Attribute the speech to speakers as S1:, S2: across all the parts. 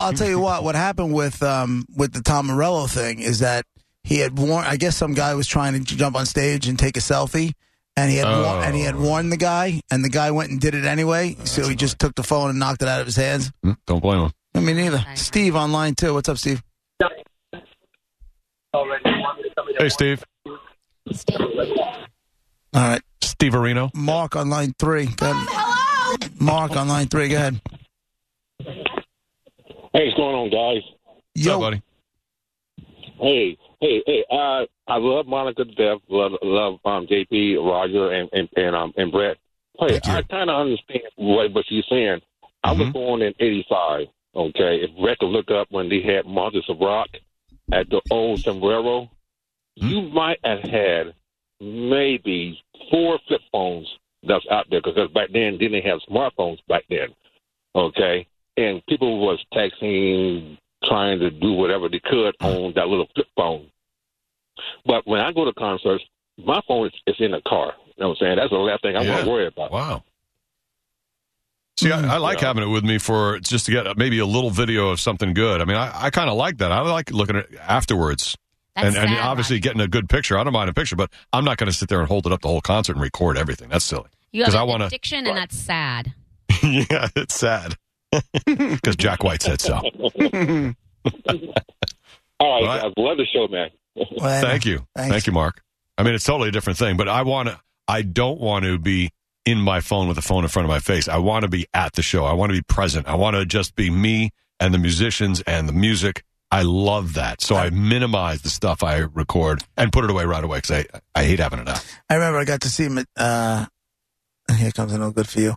S1: I'll tell you what. What happened with um, with the Tom Morello thing is that he had warned. I guess some guy was trying to j- jump on stage and take a selfie, and he had war- and he
S2: Oh.
S1: had warned the guy, and the guy went and did it anyway. so he just took the phone and knocked it out of his hands.
S2: Mm, Don't blame him.
S1: I mean, neither.
S3: know.
S1: Steve online too. What's up, Steve?
S2: Hey, Steve.
S1: All right,
S2: Steve Areno.
S1: Mark on line three. Go ahead.
S4: Hello.
S1: Mark on line three. Go ahead.
S5: Hey, what's going on, guys?
S2: What's up,
S1: Yo,
S2: buddy?
S5: Hey, hey, hey! Uh, I love Monica to death. Love, love um, JP, Roger, and and and, um, and Brett. Hey,
S2: Thank you.
S5: I kind of understand what what she's saying. I was
S2: Mhm.
S5: born in '85. Okay, if Brett could look up when they had Montes of Rock at the old Sombrero,
S2: Mm-hmm.
S5: you might have had maybe four flip phones that's out there because back then didn't have smartphones back then. Okay, and people was texting, trying to do whatever they could
S2: Uh-huh.
S5: on that little flip phone. But when I go to concerts, my phone is, is in the car. You know what I'm saying? That's the last thing I want
S2: Yeah.
S5: to worry about.
S2: Wow. See,
S3: Hmm.
S2: I, I like having it with me for just to get maybe a little video of something good. I mean, I, I kind of like that. I like looking at it afterwards.
S3: That's
S2: and, and
S3: sad,
S2: obviously
S3: Roger.
S2: getting a good picture. I don't mind a picture, but I'm not going to sit there and hold it up the whole concert and record everything. That's silly.
S3: you have
S2: 'cause I
S3: an
S2: wanna-
S3: addiction, and that's sad.
S2: yeah, it's sad because Jack White said so.
S5: All
S2: Right.
S5: right, guys, love the show, man.
S1: Well,
S2: Thank you,
S1: Thanks.
S2: thank you, Mark. I mean, it's totally a different thing, but I want to. I don't want to be in my phone with a phone in front of my face. I want to be at the show. I want to be present. I want to just be me and the musicians and the music. I love that. So I minimize the stuff I record and put it away right away because I, I hate having it out.
S1: I remember I got to see him at, uh, here comes another good for you.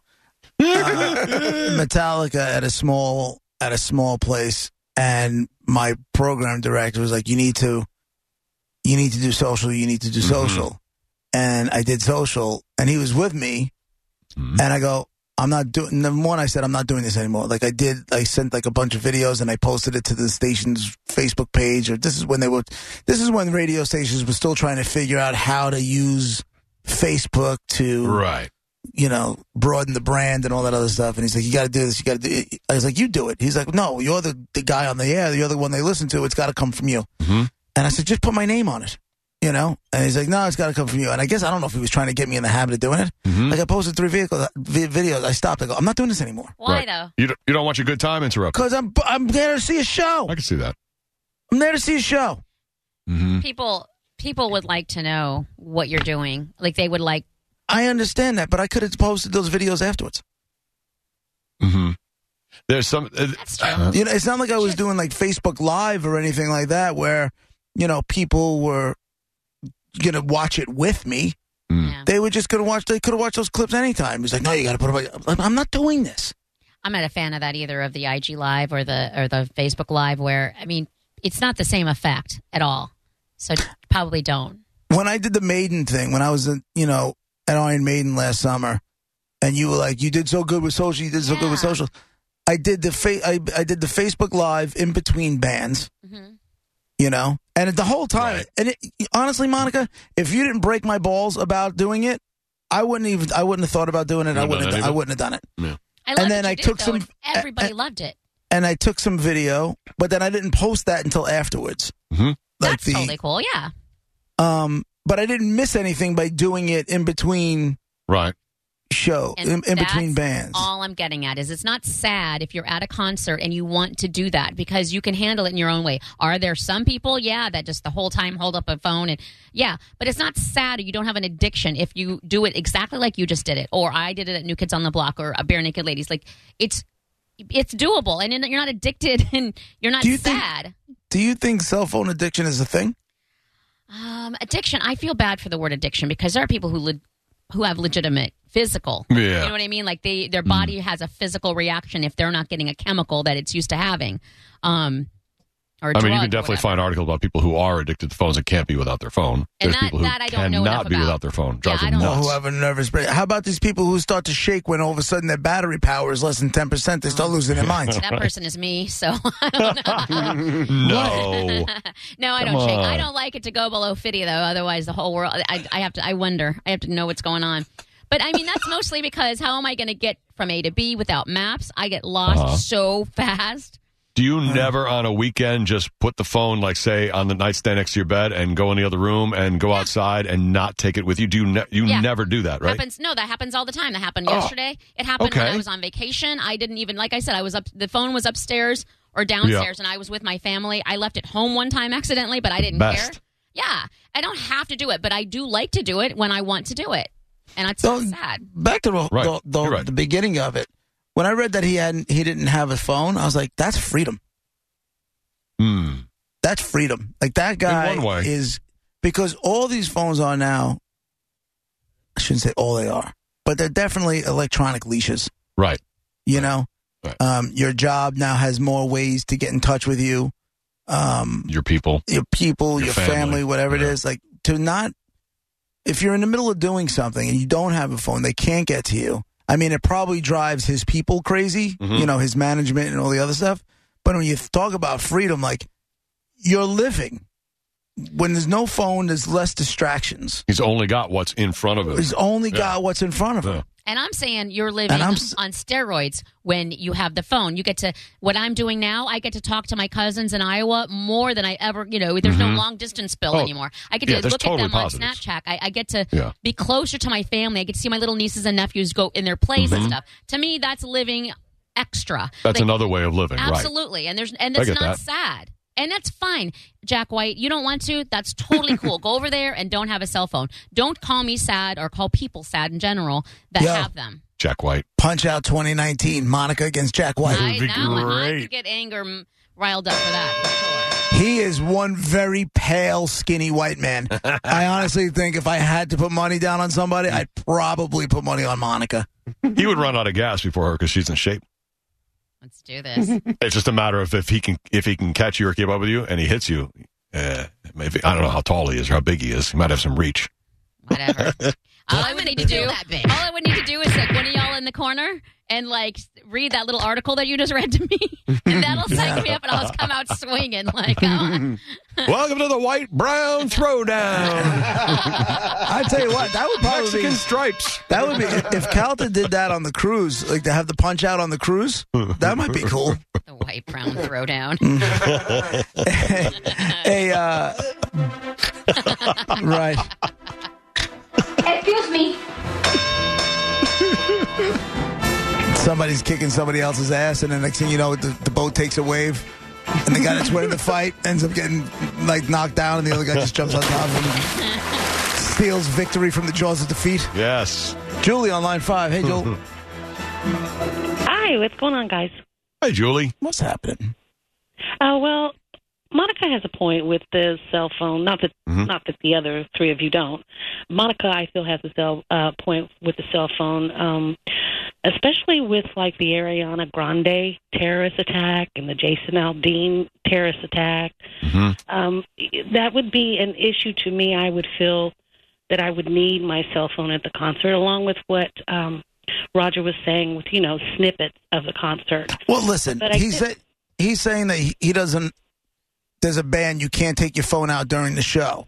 S1: Uh, Metallica at a small at a small place, and my program director was like, "You need to, you need to do social. You need to do
S2: Mhm.
S1: social." And I did social, and he was with me,
S2: Mhm.
S1: and I go. I'm not doing. Number one, I said I'm not doing this anymore. Like I did, I sent like a bunch of videos and I posted it to the station's Facebook page. Or this is when they were, this is when radio stations were still trying to figure out how to use Facebook to
S2: Right.
S1: you know, broaden the brand and all that other stuff. And he's like, you got to do this. You got to do it. I was like, you do it. He's like, no, you're the, the guy on the air. You're the one they listen to. It's got to come from you.
S2: Mhm.
S1: And I said, just put my name on it, you know? And he's like, no, it's got to come from you. And I guess I don't know if he was trying to get me in the habit of doing it.
S2: Mhm.
S1: Like I posted three vehicles, vi- videos. I stopped. I go, I'm not doing this anymore.
S3: Why
S2: Right.
S3: though?
S2: You don't, you don't want your good time interrupted.
S1: Cause I'm, I'm there to see a show.
S2: I can see that.
S1: I'm there to see a show.
S2: hmm
S3: People people would like to know what you're doing. Like they would like.
S1: I understand that, but I could have posted those videos afterwards.
S2: hmm There's some. uh,
S3: That's true.
S1: You know, it's not like I was
S3: Just-
S1: doing like Facebook Live or anything like that, where you know people were gonna watch it with me.
S2: Mm.
S3: Yeah.
S1: They were just gonna watch. They could have watched those clips anytime. He's like, no, you gotta put them. I'm like, I'm not doing this.
S3: I'm not a fan of that either of the IG live or the or the Facebook live where I mean it's not the same effect at all. So probably don't.
S1: When I did the Maiden thing, when I was, in, you know, at Iron Maiden last summer, and you were like, you did so good with social, you did so good with
S3: Yeah.
S1: social. I did the fa- I, I did the Facebook Live in between bands.
S3: hmm
S1: you know and the whole time
S2: Right.
S1: and it, honestly monica if you didn't break my balls about doing it i wouldn't even i wouldn't have thought about doing it
S2: You
S1: i
S2: wouldn't
S1: wouldn't have done,
S2: have done it
S1: i
S2: either?
S1: wouldn't have done it
S3: I
S1: And
S3: love
S1: then
S3: that you
S1: I
S3: did,
S1: took
S3: though,
S1: some-
S3: and Everybody loved it.
S1: and i took some video but then i didn't post that until afterwards
S2: Mhm.
S1: like
S3: That's
S1: the
S3: totally cool. Yeah.
S1: um but i didn't miss anything by doing it in between
S2: Right.
S1: show
S3: And
S1: in, in between
S3: that's
S1: bands
S3: All I'm getting at is it's not sad if you're at a concert and you want to do that because you can handle it in your own way. Are there some people, yeah, that just the whole time hold up a phone and yeah, but it's not sad or you don't have an addiction if you do it exactly like you just did it or I did it at New Kids on the Block or a Bare Naked Ladies. Like it's it's doable and then you're not addicted and you're not
S1: Do you think-
S3: sad.
S1: do you think cell phone addiction is a thing
S3: um, addiction. I feel bad for the word addiction because there are people who le- who have legitimate physical
S2: Yeah. Mm.
S3: You know what I mean? Like they their body has a physical reaction if they're not getting a chemical that it's used to having. Um or
S2: I mean, you can
S3: drug or
S2: definitely
S3: whatever.
S2: find articles about people who are addicted to phones and can't be without their phone.
S3: And
S2: There's
S3: that-
S2: people who
S3: that I don't know
S2: cannot
S3: enough
S2: be
S3: about.
S2: without their phone. Drives
S3: Yeah, I
S2: them
S3: don't
S1: or
S3: know.
S2: nuts.
S1: Oh, who have a nervous break how about these people who start to shake when all of a sudden their battery power is less than 10% they start losing their minds
S3: that person is me, so I don't know.
S2: no.
S3: no, I
S2: Come
S3: don't shake.
S2: on.
S3: I don't like it to go below 50 though. Otherwise, the whole world. I, I have to. I wonder. I have to know what's going on. But I mean, that's mostly
S2: Uh-huh.
S3: because how am I going to get from A to B without maps? I get lost so fast.
S2: Do you never on a weekend just put the phone, like say, on the nightstand next to your bed and go in the other room and go outside and not take it with you? Do you ne- you
S3: Yeah.
S2: never do that, right?
S3: Happens. No, that happens all the time. That happened
S2: Oh,
S3: yesterday. It happened when
S2: okay.
S3: I was on vacation. I didn't even like I said. I was up. The phone was upstairs or downstairs, and I was with my family. I left it home one time accidentally, but I didn't care.
S2: Best.
S3: Yeah, I don't have to do it, but I do like to do it when I want to do it, and it's
S2: Oh,
S3: so
S1: Don't-
S3: sad.
S1: back to the,
S2: Right.
S1: the, the,
S2: You're right.
S1: the beginning of it. When I read that he hadn't, he didn't have a phone, I was like, "That's freedom.
S2: Hmm.
S1: That's freedom." Like that guy
S2: one way.
S1: is because all these phones are now. I shouldn't say all they are, but they're definitely electronic leashes.
S2: Right.
S1: You know,
S2: Right.
S1: um, your job now has more ways to get in touch with you. Um,
S2: Your people.
S1: your people,
S2: Your
S1: your,
S2: family,
S1: family, whatever
S2: yeah.
S1: it is, like to not if you're in the middle of doing something and you don't have a phone, they can't get to you. I mean, it probably drives his people crazy,
S2: Mhm.
S1: you know, his management and all the other stuff. But when you talk about freedom, like you're living. When there's no phone, there's less distractions.
S2: He's only got what's in front of him.
S1: He's only
S2: Yeah.
S1: got what's in front of
S2: Yeah.
S1: him.
S3: And I'm saying you're living
S1: And I'm s-
S3: on steroids when you have the phone. You get to what I'm doing now. I get to talk to my cousins in Iowa more than I ever. You know, there's
S2: Mhm.
S3: no long distance bill
S2: Oh,
S3: anymore. I get
S2: yeah,
S3: to
S2: there's
S3: look
S2: totally
S3: at them on
S2: positives.
S3: Snapchat. I, I get to
S2: Yeah.
S3: be closer to my family. I get to see my little nieces and nephews go in their plays and stuff. To me, that's living extra.
S2: Mm-hmm. That's
S3: Like,
S2: another way of living, right?
S3: Absolutely. And there's and that's
S2: get
S3: not
S2: that.
S3: sad. And that's fine, Jack White. You don't want to? That's totally cool. Go over there and don't have a cell phone. Don't call me sad or call people sad in general that
S1: Yeah.
S3: have them.
S2: Jack White.
S1: Punch out 2019, Monica against Jack White.
S3: I,
S2: be
S3: now I
S2: great.
S3: could get anger mm, riled up for that. for sure.
S1: He is one very pale, skinny white man. I honestly think if I had to put money down on somebody, I'd probably put money on Monica.
S2: He would run out of gas before her because she's in shape.
S3: Let's do this.
S2: It's just a matter of if he can if he can catch you or keep up with you, and he hits you. Uh, maybe I don't know how tall he is or how big he is. He might have some reach.
S3: Whatever. All I would need to do, all I would need to do is like one of y'all in the corner and like read that little article that you just read to me, and that'll psych me up, and I'll just come out swinging. Like, oh,
S2: Welcome to the white brown throwdown.
S1: I tell you what, that would probably
S2: Mexican
S1: be,
S2: stripes.
S1: that would be if Calta did that on the cruise, like to have the punch out on the cruise. That might be cool.
S3: the white brown throwdown.
S1: Hey, uh, right.
S4: Excuse me.
S1: Somebody's kicking somebody else's ass, and the next thing you know, the, the boat takes a wave, and the guy that's winning the fight ends up getting like knocked down, and the other guy just jumps on top of him, and steals victory from the jaws of defeat.
S2: Yes.
S1: Julie on line five. Hey, Joel.
S6: Hi, what's going on, guys?
S2: Hey, Julie.
S1: What's happening?
S6: Uh, well, Monica has a point with the cell phone. Not that,
S2: Mhm.
S6: not that the other three of you don't. Monica, I feel has a cell uh, point with the cell phone, um, especially with like the Ariana Grande terrorist attack and the Jason Aldean terrorist attack.
S2: hmm
S6: Um, that would be an issue to me. I would feel that I would need my cell phone at the concert, along with what um, Roger was saying with you know snippets of the concert.
S1: Well, listen,
S6: But I
S1: he's
S6: did-
S1: sa- he's saying that he he doesn't. There's a ban. You can't take your phone out during the show.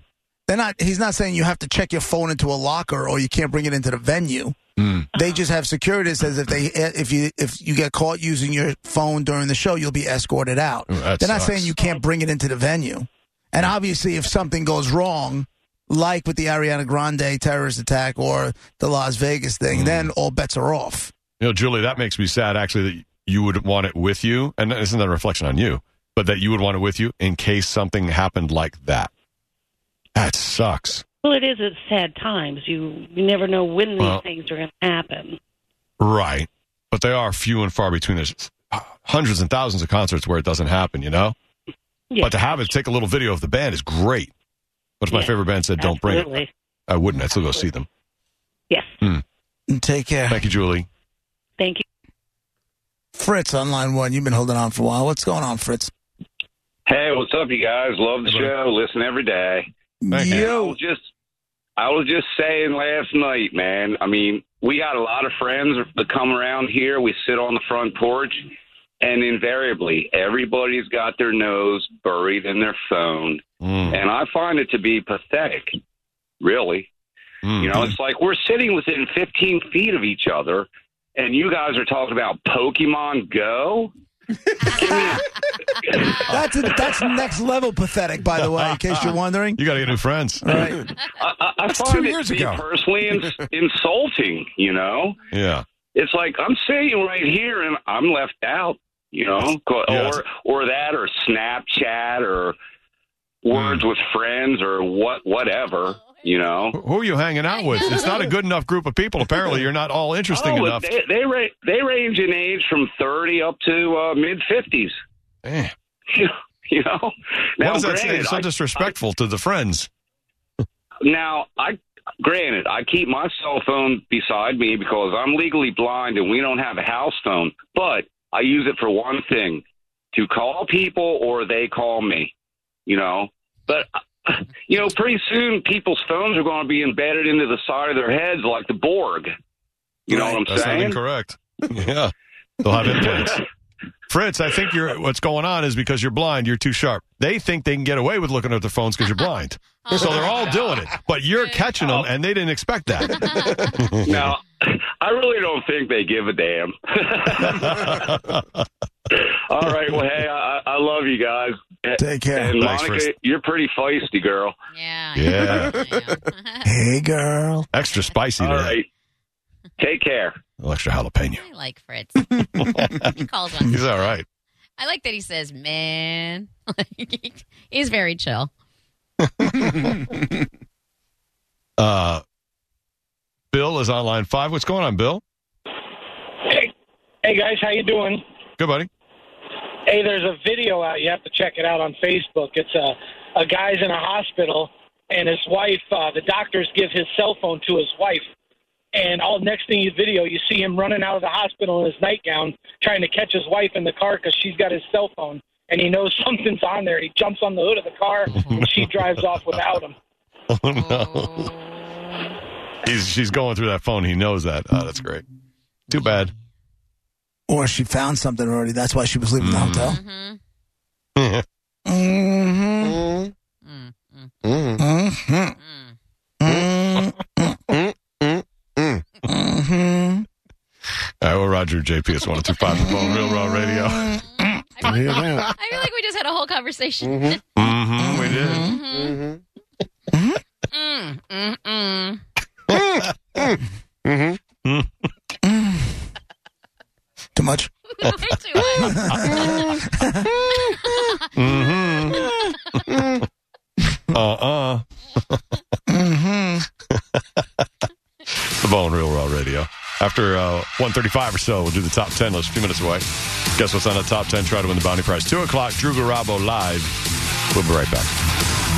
S1: They're not. He's not saying you have to check your phone into a locker or you can't bring it into the venue.
S2: Mm.
S1: They just have security that says if they if you if you get caught using your phone during the show, you'll be escorted out.
S2: Ooh, that
S1: They're not
S2: sucks.
S1: saying you can't bring it into the venue. And obviously, if something goes wrong, like with the Ariana Grande terrorist attack or the Las Vegas
S2: Mm.
S1: thing, then all bets are off.
S2: You know, Julie, that makes me sad actually that you would want it with you. And that isn't that a reflection on you, but that you would want it with you in case something happened like that. That sucks.
S6: Well, it is at sad times. You you never know when these
S2: Well-
S6: things are going to happen.
S2: Right. But they are few and far between. There's uh, hundreds and thousands of concerts where it doesn't happen, you know?
S6: Yeah,
S2: But to have it take a little video of the band is great. What's my
S6: Yeah.
S2: favorite band said, don't bring it.
S6: absolutely.
S2: I wouldn't. I'd still go see them.
S6: Yes,
S1: Take care.
S2: Thank you, Julie.
S6: thank you.
S1: Fritz on line one. You've been holding on for a while. What's going on, Fritz?
S7: Hey, what's up, you guys? Love the show. Listen every day.
S2: Thank you.
S7: I was just, I was just saying last night, man. I mean, we got a lot of friends that come around here. We sit on the front porch, and invariably, everybody's got their nose buried in their phone,
S2: Mm,
S7: and I find it to be pathetic. Really,
S2: mm.
S7: you know, it's like we're sitting within 15 feet of each other, and you guys are talking about Pokemon Go.
S1: That's a, that's next level pathetic, by the way. In case you're wondering.
S2: You got to get new friends.
S1: All right.
S7: I, I, I
S2: That's
S7: find
S2: two
S7: it
S2: years
S7: to be
S2: ago.
S7: personally ins- insulting. You know,
S2: Yeah.
S7: it's like I'm sitting right here and I'm left out. You know, Co-
S2: Yeah,
S7: or or that, or Snapchat, or
S2: Hmm.
S7: words with friends, or what, whatever. You know,
S2: Who- Who are you hanging out with? It's not a good enough group of people. Apparently, you're not all interesting
S7: oh,
S2: enough.
S7: They, they, ra- they range in age from thirty up to uh, mid fifties.
S2: Eh.
S7: You know,
S2: What does that say?
S7: granted,
S2: It's so
S7: I-
S2: disrespectful to the friends.
S7: Now, I granted, I keep my cell phone beside me because I'm legally blind and we don't have a house phone, but I use it for one thing to call people or they call me, you know. But, you know, pretty soon people's phones are going to be embedded into the side of their heads like the Borg. You know what I'm
S2: That's not
S7: saying?
S2: incorrect. Yeah. They'll have implants. Fritz, I think you're, what's going on is because you're blind, you're too sharp. They think they can get away with looking at their phones because you're blind.
S6: Oh,
S2: So they're all doing it, but you're catching them, and they didn't expect that.
S7: now, I really don't think they give a damn. All right. Well, hey, I, I love you guys.
S1: Take care.
S7: And
S2: Thanks,
S7: Monica,
S2: Chris.
S7: you're pretty feisty, girl.
S3: yeah.
S2: Yeah.
S3: I
S1: Hey, girl.
S2: Extra spicy
S7: All
S2: today.
S7: right. Take care.
S2: Little extra jalapeno.
S3: like Fritz. he calls one.
S2: He's all right.
S3: I like that he says, man. Like, He's very chill.
S2: Uh, Bill is on line five. What's going on, Bill?
S4: Hey, hey guys, how you doing?
S2: Good, buddy.
S4: Hey, there's a video out. You have to check it out on Facebook. It's a a guy's in a hospital, and his wife. Uh, the doctors give his cell phone to his wife, and all next thing you video, you see him running out of the hospital in his nightgown, trying to catch his wife in the car because she's got his cell phone, and he knows something's on there. He jumps on the hood of the car, and she drives off without him.
S2: Oh, no.
S3: Oh.
S2: He's, she's going through that phone. He knows that. Oh, that's great. Too bad.
S1: Or she found something already. That's why she was leaving the
S2: Mm.
S1: hotel.
S3: Mm-hmm.
S1: Mm-hmm.
S3: Mm, mm,
S1: Mm-hmm.
S3: mm.
S1: Mm-hmm.
S2: All right, well, Roger JP is 1025 The Bone, Real Raw Radio.
S3: I feel, like, I feel like we just had a whole conversation.
S2: Mm-hmm, we did.
S3: Mm-hmm. Mm, mm, mm.
S1: Too much.
S3: Too much.
S2: Mm-hmm. Uh-uh.
S1: Mm-hmm.
S2: The Bone, Real Raw Radio. After uh, 135 or so, we'll do the top 10 list a few minutes away. Guess what's on the top 10? Try to win the bounty prize. 2 o'clock, Drew Garabo live. We'll be right back.